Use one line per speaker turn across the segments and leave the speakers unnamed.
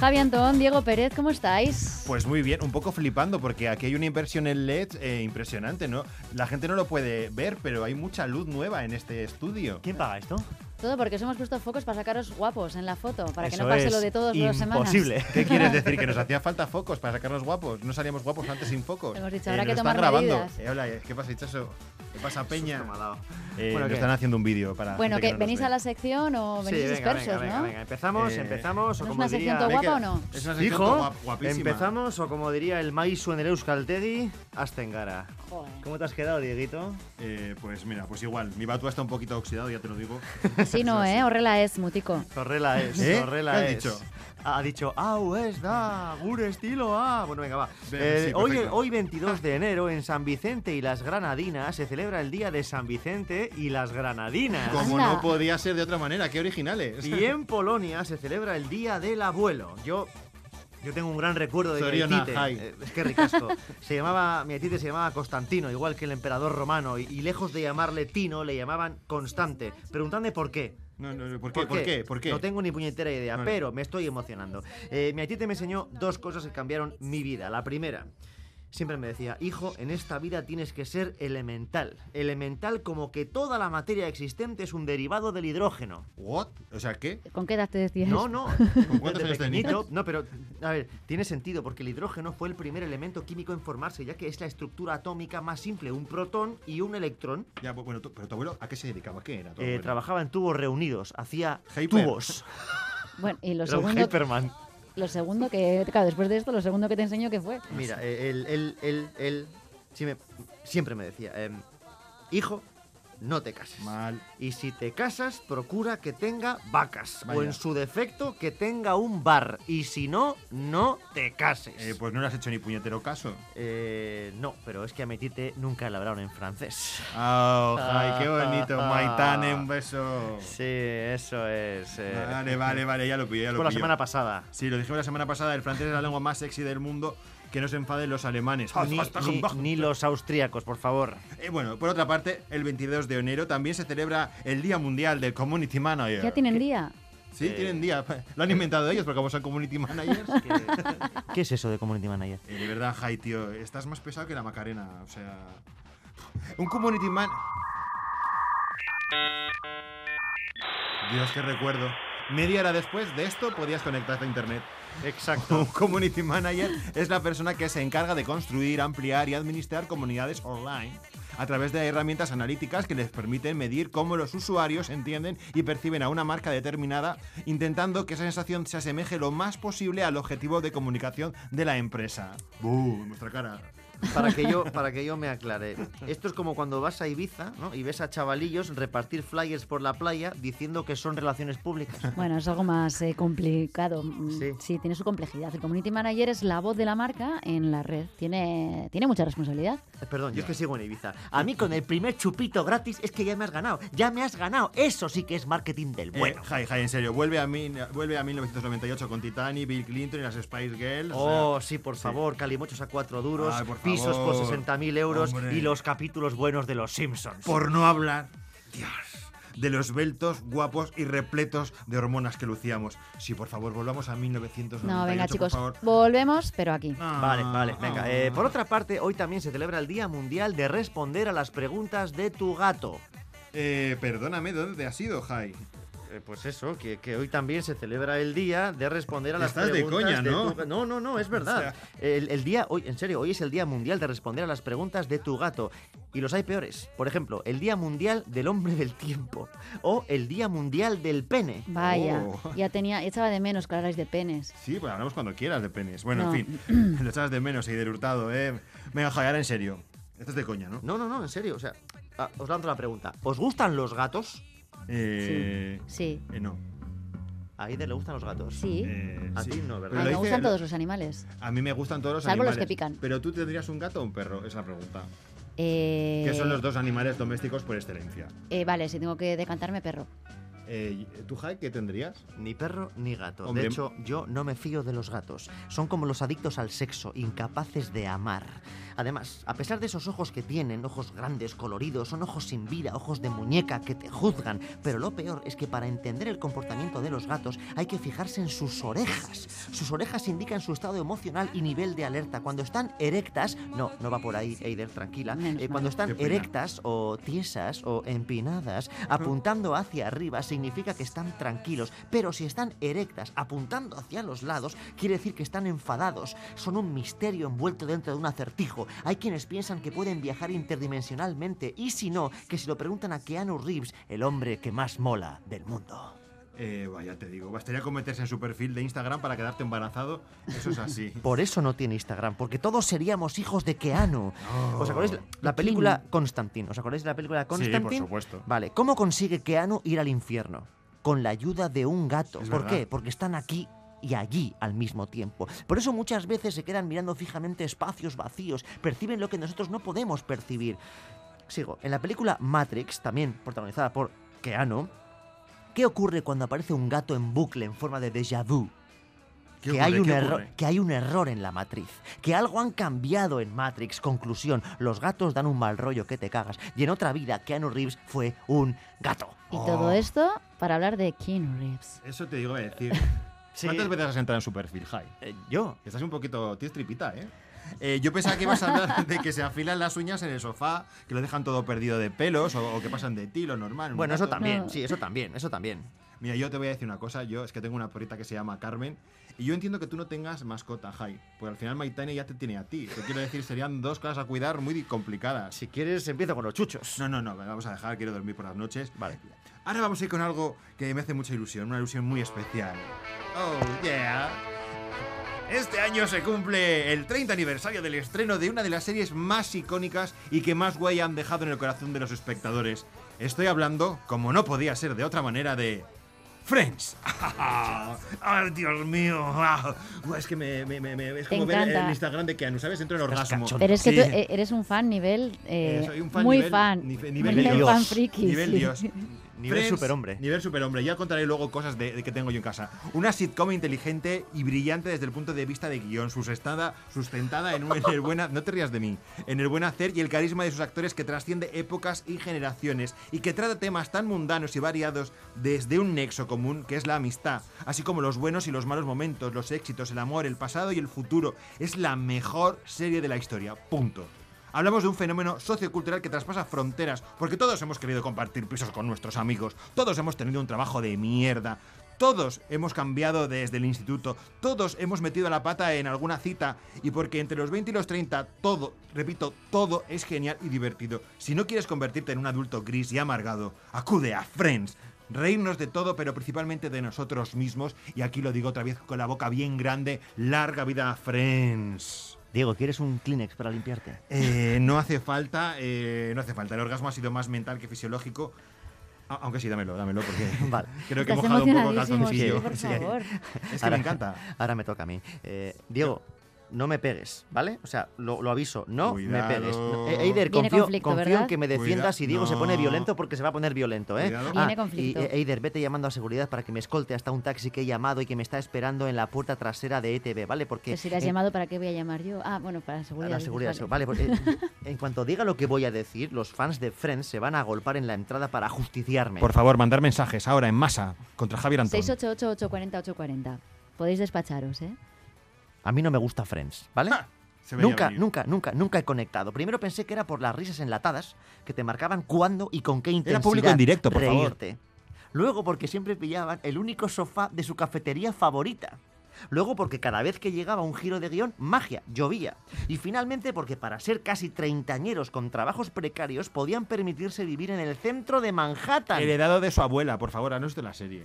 Javi Antón, Diego Pérez, ¿cómo estáis?
Pues muy bien, un poco flipando porque aquí hay una inversión en LED eh, impresionante, ¿no? La gente no lo puede ver, pero hay mucha luz nueva en este estudio.
¿Quién paga esto?
Todo porque os hemos puesto focos para sacaros guapos en la foto, para que
Eso
no pase
es
lo de todos los semanas.
Imposible.
¿Qué quieres decir? ¿Que nos hacía falta focos para sacarnos guapos? No salíamos guapos antes sin focos.
Hemos dicho, habrá que
nos
tomar
están grabando.
medidas.
Eh, hola, eh, ¿qué pasa, Hichaso? ¿Qué pasa, Peña? Eh,
Bueno,
nos
¿qué?
están haciendo un vídeo para.
Bueno, que
gente que no nos
venís
ve.
a la sección o venís
venga,
dispersos,
venga, venga,
¿no?
venga. Empezamos,
Eh,
empezamos, o
¿No es
como
una sección
diría...
tan
Ve que
guapa o no?
Es una sección
Hijo,
guap- guapísima.
empezamos, o como diría el Maisu en el Euskal Teddy, hasta en gara.
Joder.
¿Cómo te has quedado, Dieguito?
Eh, pues mira, pues igual. Mi batua está un poquito oxidado, ya te lo digo.
Sí, no, ¿eh? Horrela es, mutico.
Zorrela es,
¿Eh?
zorrela
¿Qué has
es.
dicho?
Ha dicho, au es da, gure estilo ah. Bueno, venga, va.
Ven,
Eh,
sí,
hoy,
perfecto.
hoy 22 de enero, en San Vicente y las Granadinas, se celebra el Día de San Vicente y las Granadinas.
Como
Anda.
no podía ser de otra manera, qué originales.
Y en Polonia se celebra el Día del Abuelo. Yo, yo tengo un gran recuerdo de mi
Zoriona,
aitite.
jai.
Eh, Es que ricasco. Se llamaba, mi aitite se llamaba Constantino, igual que el emperador romano. Y, y lejos de llamarle Tino, le llamaban Constante. Preguntadme por qué.
No, no, no, ¿por qué? ¿Por qué? ¿Por qué?
No tengo ni puñetera idea,
Vale.
pero me estoy emocionando. Eh, mi aitite me enseñó dos cosas que cambiaron mi vida. La primera, siempre me decía, hijo, en esta vida tienes que ser elemental. Elemental como que toda la materia existente es un derivado del hidrógeno.
¿What? O sea, ¿qué?
¿Con qué edad te decías?
No, no.
¿Con cuántos
Desde
años
pequeñito-
tenías?
No, pero, a ver, tiene sentido, porque el hidrógeno fue el primer elemento químico en formarse, ya que es la estructura atómica más simple, un protón y un electrón.
Ya, bu- bueno, tú- pero tu abuelo, ¿a qué se dedicaba? ¿Qué era? tu
Eh,
abuelo?
trabajaba en tubos reunidos, hacía
Hyper.
tubos.
Bueno, y lo
Era un
segundo,
Hyperman.
lo segundo que... Claro, después de esto, lo segundo que te enseño que fue.
Mira, eh, él, él, él, él sí me- siempre me decía, em, hijo, no te cases.
Mal.
Y si te casas, procura que tenga vacas. O
Vaya.
en su defecto, que tenga un bar. Y si no, no te cases.
Eh, pues no le has hecho ni puñetero caso.
Eh, no, pero es que a Metite nunca le hablaron en francés.
Oh,
ay, qué bonito. Maitane, un
beso.
Ah, Sí, eso es. eh.
Vale, vale, vale, ya lo pillé, ya lo
Fue la
pillo.
semana pasada.
Sí, lo dijimos la semana pasada, el francés es la lengua más sexy del mundo, que no se enfaden los alemanes.
Ni, ni- ni los austríacos, por favor.
Eh, bueno, por otra parte, el 22 de enero también se celebra el Día Mundial del Community Manager.
¿Ya tienen día?
Sí, tienen día. Lo han inventado ellos, porque como son community managers.
Eh, ¿Qué es eso de community manager?
Eh, de verdad, Jai, tío, estás más pesado que la Macarena. O sea. Un community man. Dios, qué recuerdo. Media hora después de esto podías conectarte a internet.
Exacto.
Un community manager es la persona que se encarga de construir, ampliar y administrar comunidades online a través de herramientas analíticas que les permiten medir cómo los usuarios entienden y perciben a una marca determinada, intentando que esa sensación se asemeje lo más posible al objetivo de comunicación de la empresa. ¡Buh! en Nuestra cara.
Para que, yo, para que yo me aclare. Esto es como cuando vas a Ibiza ¿no? y ves a chavalillos repartir flyers por la playa diciendo que son relaciones públicas.
Bueno, es algo más eh, complicado. Mm,
Sí.
sí, tiene su complejidad. El community manager es la voz de la marca en la red. Tiene, tiene mucha responsabilidad.
Eh, Perdón, yo es que sigo en Ibiza. A mí con el primer chupito gratis es que ya me has ganado. Ya me has ganado. Eso sí que es marketing del
Eh,
bueno.
Jai, Jai, en serio, vuelve a, mil- vuelve a 1998 con Titani, Bill Clinton y las Spice Girls. o sea,
Oh, sí, por favor, calimochos a cuatro duros,
Ay, por
pisos por
favor.
60.000 euros
Hombre.
y los capítulos buenos de Los Simpsons.
por no hablar, Dios, de los beltos, guapos y repletos de hormonas que lucíamos. Sí, por favor, volvamos a 1998,
No, venga,
Pues por
chicos.
favor.
Volvemos, pero aquí.
Ah,
Vale, vale, venga.
ah.
Eh, por otra parte, hoy también se celebra el Día Mundial de Responder a las Preguntas de tu Gato.
Eh, perdóname, ¿dónde te has ido, Jai?
Eh, pues eso, que, que hoy también se celebra el día de responder a las
Estás de
preguntas.
coña, ¿no?
tu ga- No, no, no, es verdad. el, el día, hoy, en serio, hoy es el día mundial de responder a las preguntas de tu gato. Y los hay peores. Por ejemplo, el día mundial del hombre del tiempo. O el día mundial del pene.
Vaya,
Oh.
ya tenía, echaba de menos que hablarais de penes.
Sí, pues hablamos cuando quieras de penes. Bueno,
No.
en fin, lo echabas de menos y del hurtado, ¿eh? Venga, Jai, ahora en serio. Esto es de coña, ¿no?
No, no, no, en serio. O sea, ah, os lanzo la pregunta. ¿Os gustan los gatos?
Eh,
Sí,
eh, no.
A Aide le gustan los gatos.
sí.
Eh,
A
sí.
ti no, ¿verdad?
Pero
Ay,
lo
me
dice-
gustan todos los animales.
A mí me gustan todos los
Salvo los
animales.
que pican.
Pero tú tendrías un gato o un perro, es la pregunta.
Eh,
Que son los dos animales domésticos por excelencia.
eh, vale, si tengo que decantarme, perro.
Eh, ¿Tú, Jai, qué tendrías?
Ni perro ni gato.
Hombre.
De hecho, yo no me fío de los gatos. Son como los adictos al sexo, incapaces de amar. Además, a pesar de esos ojos que tienen, ojos grandes, coloridos, son ojos sin vida, ojos de muñeca que te juzgan. Pero lo peor es que para entender el comportamiento de los gatos hay que fijarse en sus orejas. Sus orejas indican su estado emocional y nivel de alerta. Cuando están erectas, no, no va por ahí, Eider, tranquila.
Menos
Eh,
mal.
cuando
Qué
están
pena.
erectas, rectas o tiesas o empinadas, apuntando hacia arriba significa que están tranquilos, pero si están erectas, apuntando hacia los lados, quiere decir que están enfadados, son un misterio envuelto dentro de un acertijo. Hay quienes piensan que pueden viajar interdimensionalmente y si no, que se lo preguntan a Keanu Reeves, el hombre que más mola del mundo.
Eh, vaya, te digo, bastaría con meterse en su perfil de Instagram para quedarte embarazado. Eso es así.
Por eso no tiene Instagram, porque todos seríamos hijos de Keanu.
No.
¿Os acordáis la, la película Constantine? ¿Os acordáis de la película
por
Constantine?
supuesto.
Vale, ¿cómo consigue Keanu ir al infierno? Con la ayuda de un gato.
Es
¿Por
verdad.
qué? Porque están aquí y allí al mismo tiempo. Por eso muchas veces se quedan mirando fijamente espacios vacíos, perciben lo que nosotros no podemos percibir. Sigo, en la película Matrix, también protagonizada por Keanu, ¿qué ocurre cuando aparece un gato en bucle en forma de déjà vu?
¿Qué
que,
ocurre?
hay un
¿Qué
error,
ocurre?
que hay un error en la matriz, que algo han cambiado en Matrix. Conclusión, los gatos dan un mal rollo que te cagas. Y en otra vida, Keanu Reeves fue un gato.
Y
Oh.
todo esto para hablar de Keanu Reeves.
Eso te digo a decir.
Sí.
¿Cuántas veces has entrado en su perfil, Jai?
Eh, yo.
Estás un poquito. Tienes tripita, ¿eh? Eh, yo pensaba que ibas a hablar de que se afilan las uñas en el sofá, que lo dejan todo perdido de pelos o, o que pasan de ti, lo normal. un
Bueno, eso
gato.
también,
No.
sí, eso también, eso también.
Mira, yo te voy a decir una cosa. Yo es que tengo una perrita que se llama Carmen. Y yo entiendo que tú no tengas mascota, Jai. Porque al final Maitane ya te tiene a ti. Te quiero decir, serían dos cosas a cuidar muy complicadas.
Si quieres, empiezo con los chuchos.
No, no, no, me vamos a dejar, quiero dormir por las noches.
Vale.
Ahora vamos a ir con algo que me hace mucha ilusión, una ilusión muy especial. Oh, yeah. Este año se cumple el 30 aniversario del estreno de una de las series más icónicas y que más huella han dejado en el corazón de los espectadores. Estoy hablando, como no podía ser de otra manera, de Friends. ¡Ay, Dios mío! ¡Ah! Es que me, me- me- me- es
Te
como ver
encanta.
el Instagram de Keanu, ¿sabes? Entro en
Estás
orgasmo.
cachondo.
Pero es que
Sí.
tú eh, eres un fan nivel. eh,
Eh, soy un fan
muy
nivel-
fan.
nive- nivel
Nivel
Dios.
fan friki.
Nivel
sí.
Dios.
Nivel superhombre.
Nivel superhombre. Ya contaré luego cosas de, de que tengo yo en casa. Una sitcom inteligente y brillante desde el punto de vista de guión, sustentada, sustentada en, un- en el buena, no te rías de mí, en el buen hacer y el carisma de sus actores que trasciende épocas y generaciones y que trata temas tan mundanos y variados desde un nexo común que es la amistad, así como los buenos y los malos momentos, los éxitos, el amor, el pasado y el futuro. Es la mejor serie de la historia. Punto. Hablamos de un fenómeno sociocultural que traspasa fronteras, porque todos hemos querido compartir pisos con nuestros amigos, todos hemos tenido un trabajo de mierda, todos hemos cambiado desde el instituto, todos hemos metido la pata en alguna cita, y porque entre los 20 y los 30 todo, repito, todo es genial y divertido. Si no quieres convertirte en un adulto gris y amargado, acude a Friends. Reírnos de todo, pero principalmente de nosotros mismos, y aquí lo digo otra vez con la boca bien grande, larga vida a Friends.
Diego, ¿quieres un Kleenex para limpiarte?
Eh, no hace falta, eh, no hace falta. El orgasmo ha sido más mental que fisiológico. A- Aunque sí, dámelo, dámelo, porque
Vale.
creo que he
Estás
mojado un poco el
emocionadísimo, sí,
calzoncillo.
por
Sí.
favor.
Es que me encanta.
Ahora me toca a mí. Eh, Diego, no me pegues, ¿vale? O sea, lo, lo aviso, no
Cuidado.
me pegues. No, eh, Eider,
Viene
confío,
conflicto,
confío en
¿verdad?
que me defiendas si
Cuida-
Diego se
no.
pone violento porque se va a poner violento, ¿eh?
Cuidado.
Viene
y,
conflicto.
eh, Eider, vete llamando a seguridad para que me escolte hasta un taxi que he llamado y que me está esperando en la puerta trasera de ETV, ¿vale? Porque...
Pero Pues si le has
eh,
llamado, ¿para qué voy a llamar yo? Ah, bueno, para la seguridad.
la
dices,
seguridad,
vale.
segu- vale. porque, eh, en cuanto diga lo que voy a decir, los fans de Friends se van a golpar en la entrada para justiciarme.
Por favor, mandar mensajes ahora en masa contra Javier Antón.
688-840-840. Podéis despacharos, ¿eh?
A mí no me gusta Friends, ¿vale?
Ja, se veía
Ah, Nunca,
venir.
nunca, nunca, nunca he conectado. Primero pensé que era por las risas enlatadas que te marcaban cuándo y con qué intensidad.
público en directo, por favor.
reírte. Luego porque siempre pillaban el único sofá de su cafetería favorita. Luego porque cada vez que llegaba un giro de guión, magia, llovía. Y finalmente porque para ser casi treintañeros con trabajos precarios podían permitirse vivir en el centro de Manhattan.
Heredado de su abuela, por favor, no es de la serie.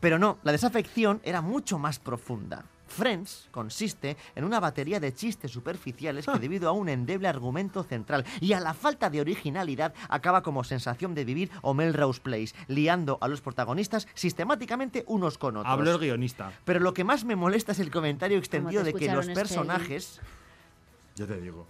Pero no, la desafección era mucho más profunda. Friends consiste en una batería de chistes superficiales
Ah.
que debido a un endeble argumento central y a la falta de originalidad acaba como sensación de vivir o Melrose Place, liando a los protagonistas sistemáticamente unos con otros.
Habló el guionista.
Pero lo que más me molesta es el comentario extendido de que los
escucharon, Esteli.
personajes
Yo te digo.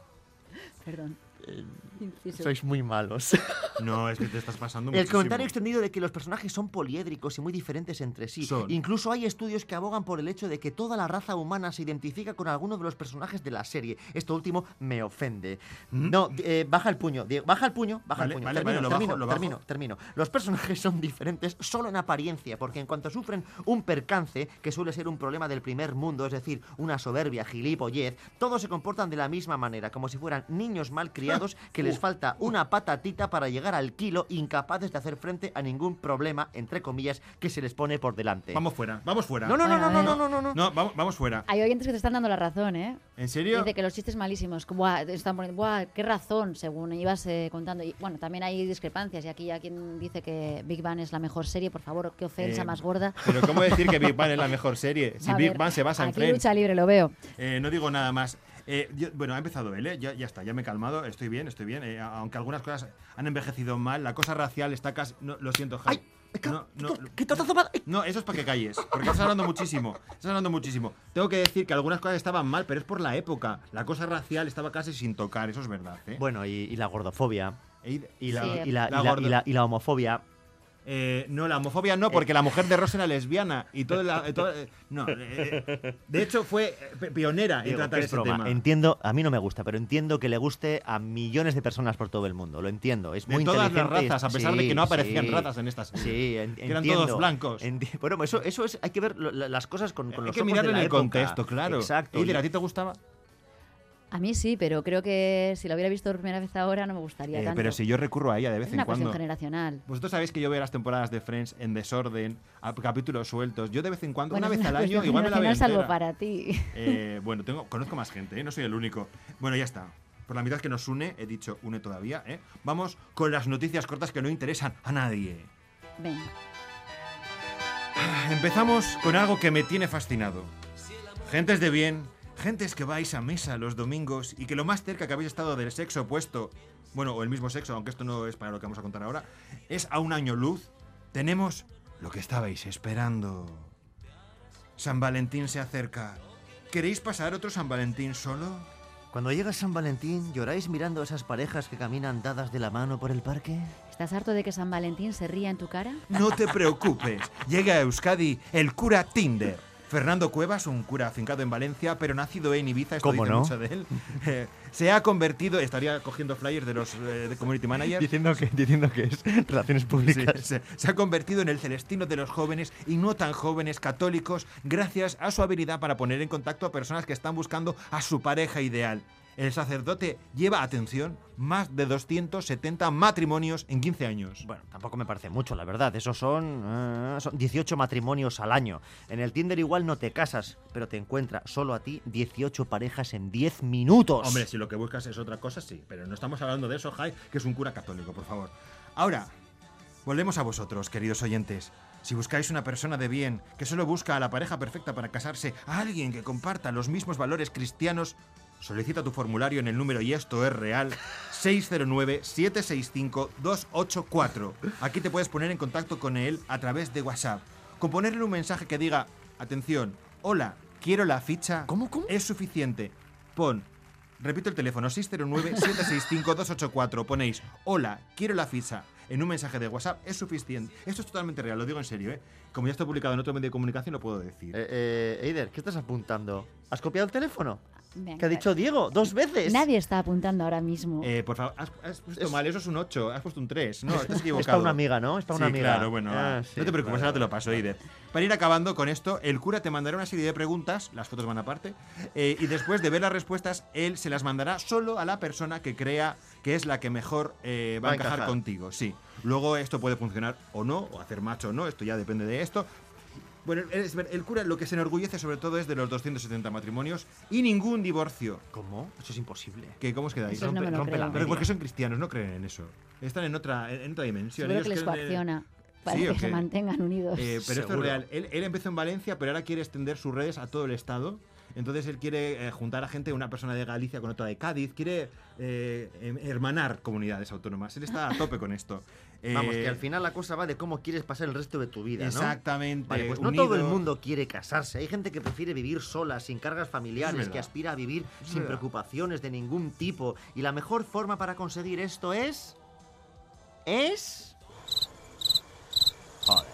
Perdón.
eh,
Inciso.
sois muy malos.
No, es que te estás pasando
El
muchísimo.
comentario extendido de que los personajes son poliédricos y muy diferentes entre sí.
Son.
Incluso hay estudios que abogan por el hecho de que toda la raza humana se identifica con alguno de los personajes de la serie. Esto último me ofende. No, eh, baja el puño, Diego, baja el puño,
¿Mm?
baja
Vale,
el puño.
vale,
termino,
vale, lo bajo,
termino,
lo bajo.
termino, termino. Los personajes son diferentes solo en apariencia, porque en cuanto sufren un percance, que suele ser un problema del primer mundo, es decir, una soberbia, gilipollez, todos se comportan de la misma manera, como si fueran niños malcriados que les falta una patatita para llegar al kilo, incapaces de hacer frente a ningún problema, entre comillas, que se les pone por delante.
Vamos fuera, vamos fuera.
No, no, no,
Bueno,
no, no,
a ver.
no, no, no, no.
No, vamos, vamos fuera.
Hay oyentes que te están dando la razón, ¿eh?
¿En serio?
Dice que los chistes malísimos, que, buah, te están poniendo, buah, qué razón, según ibas eh, contando. Y bueno, también hay discrepancias. Y aquí hay quien dice que Big Bang es la mejor serie, por favor, qué ofensa
Eh,
más gorda.
Pero ¿cómo decir que Big Bang es la mejor serie? Si
A
Big
ver,
Bang se basa en
aquí
Friends.
lucha libre, lo veo.
Eh, no digo nada más. Eh, yo- bueno, ha empezado él, ¿eh? ya, ya está, ya me he calmado, estoy bien, estoy bien. eh, a- aunque algunas cosas han envejecido mal, la cosa racial está casi. No, lo siento, Jai.
Ay, ca-
No, no,
ca- qué tortazo más- ay.
no, eso es para que calles, porque estás hablando muchísimo. Estás hablando muchísimo. Tengo que decir que algunas cosas estaban mal, pero es por la época. La cosa racial estaba casi sin tocar, eso es verdad. ¿eh?
Bueno, y, y la gordofobia.
E-
Y la,
Sí.
y la- y
La
la-
gordo-
y la- y la homofobia.
Eh, no, la homofobia no, porque la mujer de Ross era lesbiana y todo la- eh, todo- eh, no, eh, de hecho fue eh, pe- pionera en
Diego,
tratar
que es
ese
broma.
tema.
Entiendo, a mí no me gusta, pero entiendo que le guste a millones de personas por todo el mundo. Lo entiendo. Es
De
muy
todas las
inteligente y-
razas, a pesar de que no
sí,
aparecían
sí.
razas en esta serie.
Sí, en-
Que eran
entiendo.
todos blancos.
Enti- bueno, eso, eso es, hay que ver lo- la- las cosas con, con
Hay
los
que
ojos
mirarlo
de
en
la
el
época.
contexto, claro.
Exacto.
Eider, ¿a ti te gustaba?
A mí sí, pero creo que si lo hubiera visto por primera vez ahora no me gustaría
Eh,
tanto.
pero si yo recurro a ella de vez
es
en
una cuestión
cuando.
generacional.
Vosotros sabéis que yo veo las temporadas de Friends en desorden, a capítulos sueltos. Yo de vez en cuando,
Bueno,
una
es
vez al año,
cuestión
igual me la veo.
generacional, salvo
entera.
para ti.
Eh, bueno, tengo, conozco más gente, ¿eh? no soy el único. Bueno, ya está. Por la mitad que nos une, he dicho une todavía, ¿eh? Vamos con las noticias cortas que no interesan a nadie.
Venga.
Empezamos con algo que me tiene fascinado. Gentes de bien, gentes que vais a mesa los domingos y que lo más cerca que habéis estado del sexo opuesto, bueno, o el mismo sexo, aunque esto no es para lo que vamos a contar ahora, es a un año luz, tenemos lo que estabais esperando. San Valentín se acerca. ¿Queréis pasar otro San Valentín solo?
Cuando llega San Valentín, ¿lloráis mirando a esas parejas que caminan dadas de la mano por el parque?
¿Estás harto de que San Valentín se ría en tu cara?
No te preocupes, llega a Euskadi el cura Tinder. Fernando Cuevas, un cura afincado en Valencia, pero nacido en Ibiza, esto
¿Cómo
dice
no?
mucho de él, eh, se ha convertido, estaría cogiendo flyers de los eh, de community managers,
Diciendo que, diciendo que es relaciones
Sí,
públicas.
se, se ha convertido en el celestino de los jóvenes y no tan jóvenes católicos gracias a su habilidad para poner en contacto a personas que están buscando a su pareja ideal. El sacerdote lleva, atención, más de 270 matrimonios en 15 años.
Bueno, tampoco me parece mucho, la verdad. Esos son, eh, son 18 matrimonios al año. En el Tinder igual no te casas, pero te encuentra solo a ti 18 parejas en 10 minutos.
Hombre, si lo que buscas es otra cosa, sí, pero no estamos hablando de eso, Jai, que es un cura católico, por favor. Ahora, volvemos a vosotros, queridos oyentes. Si buscáis una persona de bien, que solo busca a la pareja perfecta para casarse, a alguien que comparta los mismos valores cristianos, solicita tu formulario en el número, y esto es real, 609-765-284. Aquí te puedes poner en contacto con él a través de WhatsApp. Con ponerle un mensaje que diga, atención, hola, quiero la ficha,
¿Cómo, cómo?
es suficiente. Pon Repito el teléfono, 609-765-284. Ponéis, hola, quiero la ficha. En un mensaje de WhatsApp es suficiente. Esto es totalmente real, lo digo en serio, ¿eh? Como ya está publicado en otro medio de comunicación, lo puedo decir.
Eh, eh, Eider, ¿qué estás apuntando? ¿Has copiado el teléfono?
Venga,
¿Qué ha dicho Diego? Dos veces.
Nadie está apuntando ahora mismo.
Eh, por favor, has, has puesto mal, eso es un 8, has puesto un 3. No, estás equivocado.
Es para una amiga, ¿no? Es para una
Sí,
amiga.
Claro, bueno,
Ah,
va.
sí,
no te preocupes,
vale,
ahora te lo
vale.
paso, Eider. Para ir acabando con esto, el cura te mandará una serie de preguntas, las fotos van aparte, eh, y después de ver las respuestas, él se las mandará solo a la persona que crea que es la que mejor eh, va, a encajar, contigo. Sí. Luego esto puede funcionar o no, o hacer macho o no, esto ya depende de esto. Bueno, es ver- el cura lo que se enorgullece sobre todo es de los 270 matrimonios y ningún divorcio.
¿Cómo? Eso es imposible.
¿Qué, ¿Cómo os quedáis?
Eso no me lo creo.
Pero porque son cristianos, no creen en eso. Están en otra, en otra dimensión.
Seguro que les
Ellos creen en-
coacciona para
Sí,
que
¿o
se
qué?
mantengan unidos.
Eh, pero esto es
Seguro.
real. Él, él empezó en Valencia, pero ahora quiere extender sus redes a todo el estado. Entonces él quiere eh, juntar a gente, una persona de Galicia con otra de Cádiz, quiere eh, em- hermanar comunidades autónomas. Él está a tope con esto.
Vamos,
Eh,
que al final la cosa va de cómo quieres pasar el resto de tu vida, ¿no?
Exactamente.
Vale, pues no
Eh, unido.
todo el mundo quiere casarse. Hay gente que prefiere vivir sola, sin cargas familiares,
verdad.
que aspira a vivir sin
verdad.
preocupaciones de ningún tipo. Y la mejor forma para conseguir esto es. Es. Joder.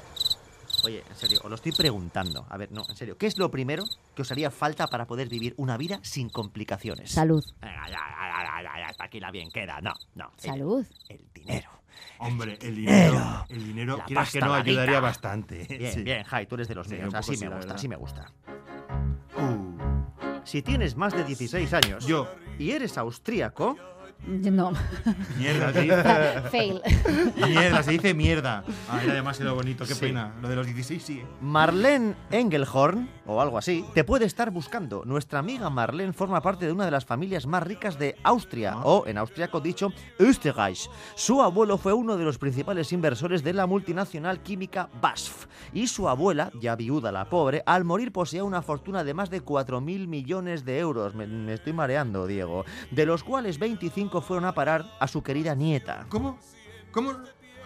Oye, en serio, os lo estoy preguntando. A ver, no, en serio, ¿qué es lo primero que os haría falta para poder vivir una vida sin complicaciones?
Salud.
Venga, ya, ya, ya, ya, ya, hasta aquí la bien queda. No, no. el-
Salud.
el dinero.
Hombre, el dinero.
Dinero.
El dinero,
La
quieras que
pasta
no,
malita.
ayudaría bastante.
Bien,
Sí.
bien, Jai, tú eres de los
Sí,
míos.
un poco
Así
sí,
me
la
gusta,
verdad.
así me gusta.
Uh,
Si tienes más de 16 años
Yo.
y eres austríaco,
No.
mierda, se dice.
Fail.
mierda, se dice mierda. Ay, era demasiado bonito, qué
Sí.
pena. Lo de los 16 sí.
Marlene Engelhorn, o algo así, te puede estar buscando. Nuestra amiga Marlene forma parte de una de las familias más ricas de Austria,
Ah.
o en austriaco dicho, Österreich. Su abuelo fue uno de los principales inversores de la multinacional química BASF. Y su abuela, ya viuda la pobre, al morir poseía una fortuna de más de 4.000 millones de euros. Me, me estoy mareando, Diego. De los cuales 25 fueron a parar a su querida nieta.
¿Cómo? ¿Cómo?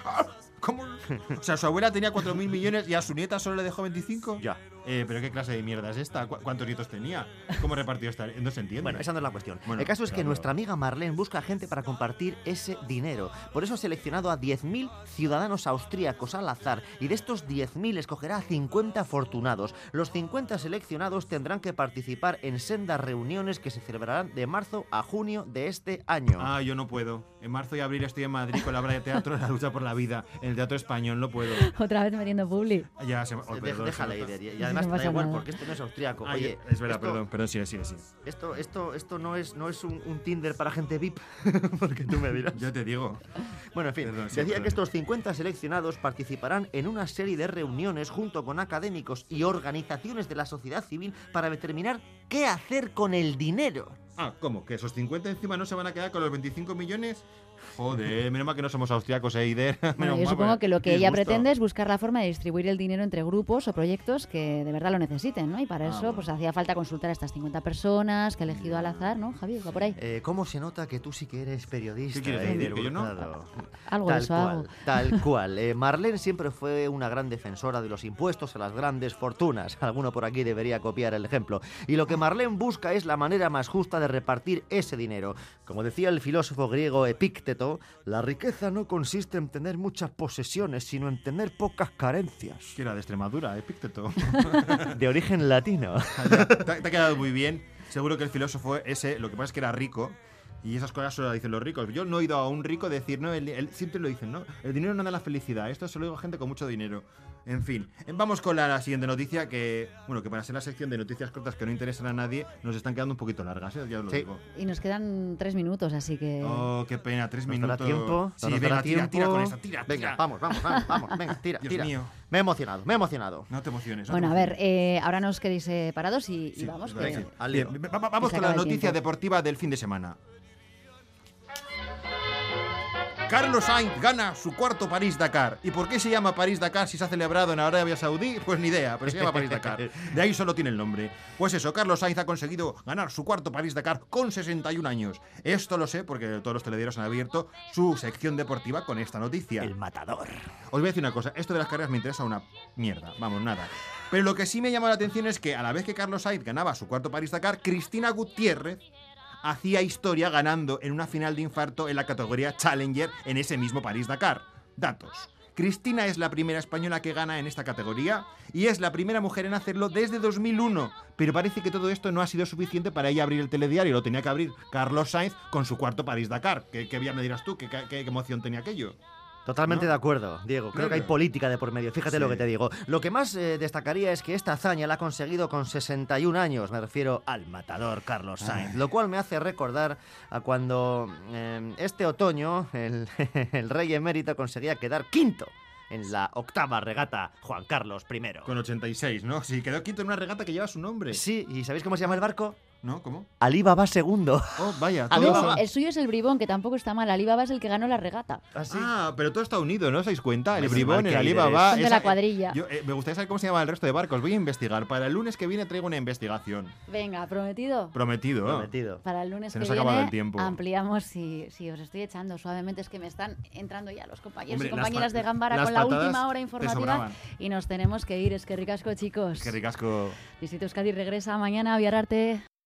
Ah, ¿Cómo? O sea, su abuela tenía 4.000 millones y a su nieta solo le dejó 25.
Ya.
Eh, pero qué clase de mierda es esta? ¿Cu- ¿Cuántos nietos tenía? ¿Cómo repartió esta? No se entiende.
Bueno, esa no es la cuestión.
Bueno,
el caso es que
claro.
nuestra amiga Marlene busca gente para compartir ese dinero. Por eso ha seleccionado a 10.000 ciudadanos austríacos al azar y de estos 10.000 escogerá a 50 afortunados. Los 50 seleccionados tendrán que participar en sendas reuniones que se celebrarán de marzo a junio de este año.
Ah, yo no puedo. En marzo y abril estoy en Madrid con la obra de teatro La lucha por la vida. En el teatro español no puedo.
Otra vez metiendo publi.
Ya se oh,
Eh,
perdón,
dej-
se
Déjala
nota.
ir, y- y además
No
te da
pasa
igual
nada.
porque esto no es austríaco.
Ay,
Oye,
es verdad,
esto-
perdón, perdón, sí, sí, sí.
Esto, esto, esto no es, no es un, un Tinder para gente VIP, porque tú me dirás.
Ya te digo.
Bueno, en fin,
Perdón, sí,
decía
perdón.
que estos 50 seleccionados participarán en una serie de reuniones junto con académicos y organizaciones de la sociedad civil para determinar qué hacer con el dinero.
Ah, ¿cómo? ¿Que esos 50 encima no se van a quedar con los 25 millones? Joder, menos mal que no somos austriacos, eh, Ider.
Bueno,
Menos
yo
mal,
supongo
porque
que lo que
qué
ella
disgusto.
pretende es buscar la forma de distribuir el dinero entre grupos o proyectos que de verdad lo necesiten, ¿no? Y para
Ah,
eso
bueno.
pues hacía falta consultar a estas 50 personas que ha elegido al azar, ¿no? Javi, va por ahí.
Eh, ¿Cómo se nota que tú sí que eres periodista?
¿Qué quieres
eh,
decir,
Ider
que yo no?
Hurtado?
Algo de
Tal
eso hago.
cual, tal cual. Eh, Marlene siempre fue una gran defensora de los impuestos a las grandes fortunas. Alguno por aquí debería copiar el ejemplo. Y lo que Marlene busca es la manera más justa de repartir ese dinero. Como decía el filósofo griego Epícteto, la riqueza no consiste en tener muchas posesiones, sino en tener pocas carencias.
Que era de Extremadura, eh, Epícteto.
De origen latino.
Ya, te, te ha quedado muy bien. Seguro que el filósofo ese, lo que pasa es que era rico. Y esas cosas solo las dicen los ricos. Yo no he oído a un rico decir, no, el- el- siempre lo dicen, ¿no? El dinero no da la felicidad. Esto se lo digo a gente con mucho dinero. En fin, eh, vamos con la, siguiente noticia que, bueno, que para ser la sección de noticias cortas que no interesan a nadie, nos están quedando un poquito largas, ¿eh? ya os lo
Sí.
digo.
Y nos quedan tres minutos, así que...
Oh, qué pena, tres
Nos dará
minutos.
tiempo.
Sí,
nos dará
venga, tira,
tiempo.
tira con esta, tira,
Venga,
tira.
vamos, vamos, vamos, vamos. Venga, tira,
Dios
tira.
mío.
Me he emocionado, me he emocionado.
No te emociones. no
Bueno,
te
a ver,
emociones.
eh, ahora nos quedéis eh, parados y, y
Sí,
vamos.
verdad
que-
que sí.
al
Bien,
lío.
va- va- vamos
se
con
acaba
la
el
noticia
tiempo.
deportiva del fin de semana. Carlos Sainz gana su cuarto París-Dakar. ¿Y por qué se llama París-Dakar si se ha celebrado en Arabia Saudí? Pues ni idea, pero se llama París-Dakar. De ahí solo tiene el nombre. Pues eso, Carlos Sainz ha conseguido ganar su cuarto París-Dakar con 61 años. Esto lo sé porque todos los telederos han abierto su sección deportiva con esta noticia.
El matador.
Os voy a decir una cosa, esto de las carreras me interesa una mierda, vamos, nada. Pero lo que sí me llama la atención es que a la vez que Carlos Sainz ganaba su cuarto París-Dakar, Cristina Gutiérrez hacía historia ganando en una final de infarto en la categoría Challenger en ese mismo París-Dakar. Datos. Cristina es la primera española que gana en esta categoría y es la primera mujer en hacerlo desde 2001. Pero parece que todo esto no ha sido suficiente para ella abrir el telediario. Lo tenía que abrir Carlos Sainz con su cuarto París-Dakar. ¿Qué, qué bien me dirás tú? ¿Qué- qué- qué emoción tenía aquello?
Totalmente
¿No?
de acuerdo, Diego. Creo que hay
Claro.
política de por medio. Fíjate
Sí.
lo que te digo. Lo que más eh, destacaría es que esta hazaña la ha conseguido con 61 años. Me refiero al matador Carlos
Ah.
Sainz. Lo cual me hace recordar a cuando eh, este otoño el, el rey emérito conseguía quedar quinto en la octava regata Juan Carlos I.
Con 86, ¿no? Sí, quedó quinto en una regata que lleva su nombre.
Sí, ¿y sabéis cómo se llama el barco?
¿No? ¿Cómo?
Alibaba segundo.
Oh, vaya.
A mí
todos
me-
son-
el suyo es el bribón, que tampoco está mal. Alibaba es el que ganó la regata.
Así.
Ah, pero todo está unido, ¿no os dais cuenta? El
Menos mal
bribón,
que
el
hay
Alibaba...
líderes. Son de
esa-
la cuadrilla.
yo, eh, me gustaría saber cómo se llama el resto de barcos. Voy a investigar. Para el lunes que viene traigo una investigación.
Venga, prometido.
Prometido.
Prometido.
Para el lunes
Se
que
nos ha acabado
viene
el tiempo.
ampliamos si, si os estoy echando suavemente. Es que me están entrando ya los compañeros
Hombre,
y
las
compañeras
pa-
de Gambara
las
con la
patadas
última hora
te
informativa
sobraban.
y nos tenemos que ir. Es que ricasco, chicos.
Es que ricasco.
Distrito Euskadi regresa mañana a Viararte.